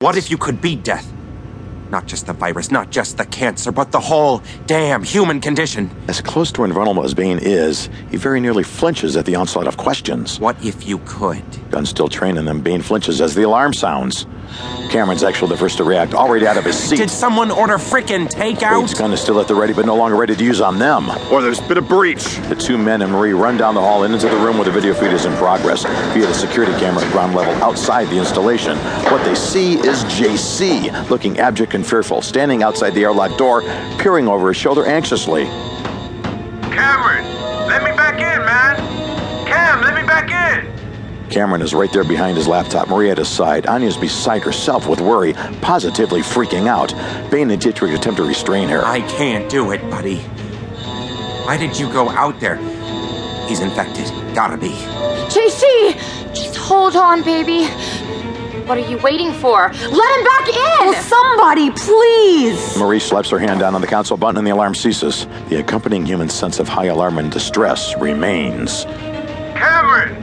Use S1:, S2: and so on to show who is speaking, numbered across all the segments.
S1: What if you could beat death? Not just the virus, not just the cancer, but the whole damn human condition.
S2: As close to invulnerable as Bane is, he very nearly flinches at the onslaught of questions.
S1: What if you could?
S2: Gun's still training them. Bane flinches as the alarm sounds. Cameron's actually the first to react, already out of his seat.
S1: Did someone order frickin'
S2: Bane's
S1: takeout?
S2: gun is still at the ready, but no longer ready to use on them.
S3: Or there's been a breach.
S2: The two men and Marie run down the hall and into the room where the video feed is in progress via the security camera at ground level outside the installation. What they see is JC, looking abject and fearful, standing outside the airlock door, peering over his shoulder anxiously.
S4: Cameron, let me back in, man. Cam, let me back in.
S2: Cameron is right there behind his laptop, Marie at his side. Anya's beside herself with worry, positively freaking out. Bane and Dietrich attempt to restrain her.
S1: I can't do it, buddy. Why did you go out there? He's infected. Gotta be.
S5: JC! Just hold on, baby. What are you waiting for? Let him back in!
S6: Will somebody, please?
S2: Marie slaps her hand down on the console button and the alarm ceases. The accompanying human sense of high alarm and distress remains.
S4: Cameron,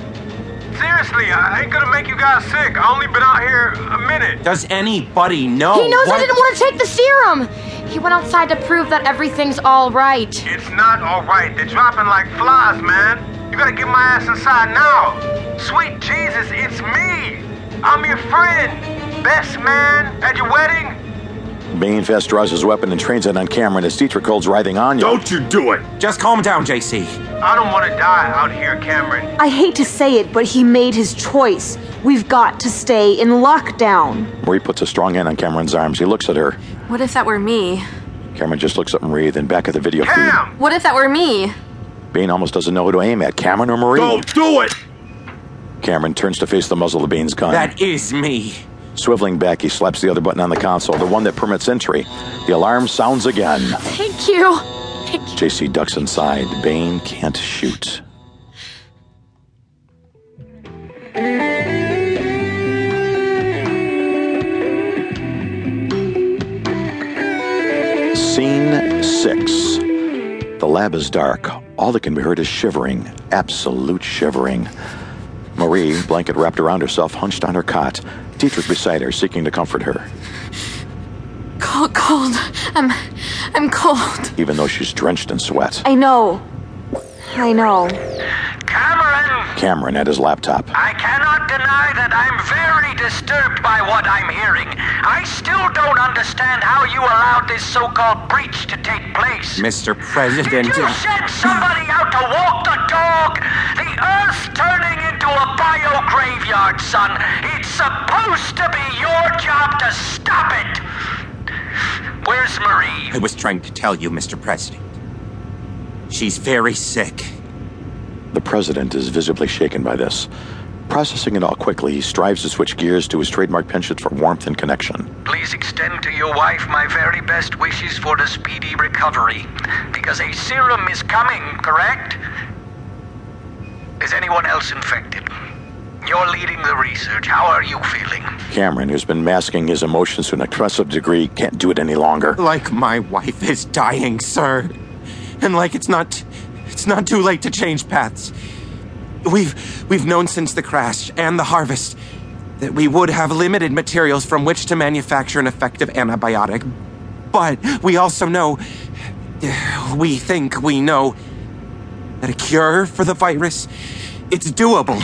S4: seriously, I ain't gonna make you guys sick. I only been out here a minute.
S1: Does anybody know?
S5: he knows
S1: what...
S5: I didn't want to take the serum! He went outside to prove that everything's alright.
S4: It's not alright. They're dropping like flies, man. You gotta get my ass inside now. Sweet Jesus, it's me. I'm your friend. Best man at your wedding.
S2: Bane fast draws his weapon and trains it on Cameron as Dietrich holds writhing Anya.
S3: Don't you do it.
S1: Just calm down, JC.
S4: I don't wanna die out here, Cameron.
S6: I hate to say it, but he made his choice. We've got to stay in lockdown.
S2: Marie puts a strong hand on Cameron's arms. He looks at her.
S7: What if that were me?
S2: Cameron just looks at Marie, then back at the video feed.
S4: Cam!
S7: What if that were me?
S2: Bane almost doesn't know who to aim at, Cameron or Marie.
S3: Don't do it.
S2: Cameron turns to face the muzzle of Bane's gun.
S1: That is me.
S2: Swiveling back, he slaps the other button on the console, the one that permits entry. The alarm sounds again.
S5: Thank you. Thank you.
S2: JC ducks inside. Bane can't shoot. Scene 6. The lab is dark. All that can be heard is shivering, absolute shivering. Marie, blanket wrapped around herself, hunched on her cot. Dietrich beside her, seeking to comfort her.
S7: Cold, cold. I'm, I'm cold.
S2: Even though she's drenched in sweat,
S6: I know. I know.
S4: Cameron!
S2: Cameron at his laptop.
S4: I cannot deny that I'm very disturbed by what I'm hearing. I still don't understand how you allowed this so-called breach to take place.
S1: Mr.
S4: Did
S1: President.
S4: you send somebody out to walk the dog? The Earth's turning into a bio graveyard, son. It's supposed to be your job to stop it. Where's Marie?
S1: I was trying to tell you, Mr. President. She's very sick.
S2: The president is visibly shaken by this. Processing it all quickly, he strives to switch gears to his trademark penchant for warmth and connection.
S4: Please extend to your wife my very best wishes for a speedy recovery. Because a serum is coming, correct? Is anyone else infected? You're leading the research. How are you feeling?
S2: Cameron, who's been masking his emotions to an excessive degree, can't do it any longer.
S1: Like my wife is dying, sir. And like it's not it's not too late to change paths. We've we've known since the crash and the harvest that we would have limited materials from which to manufacture an effective antibiotic. But we also know we think we know that a cure for the virus it's doable.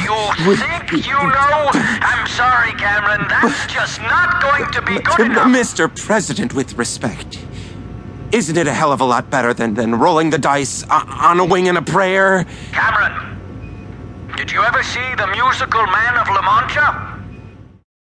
S4: You think you know? I'm sorry, Cameron. That's just not going to be good enough.
S1: Mr. President, with respect, isn't it a hell of a lot better than, than rolling the dice o- on a wing and a prayer?
S4: Cameron, did you ever see the musical Man of La Mancha?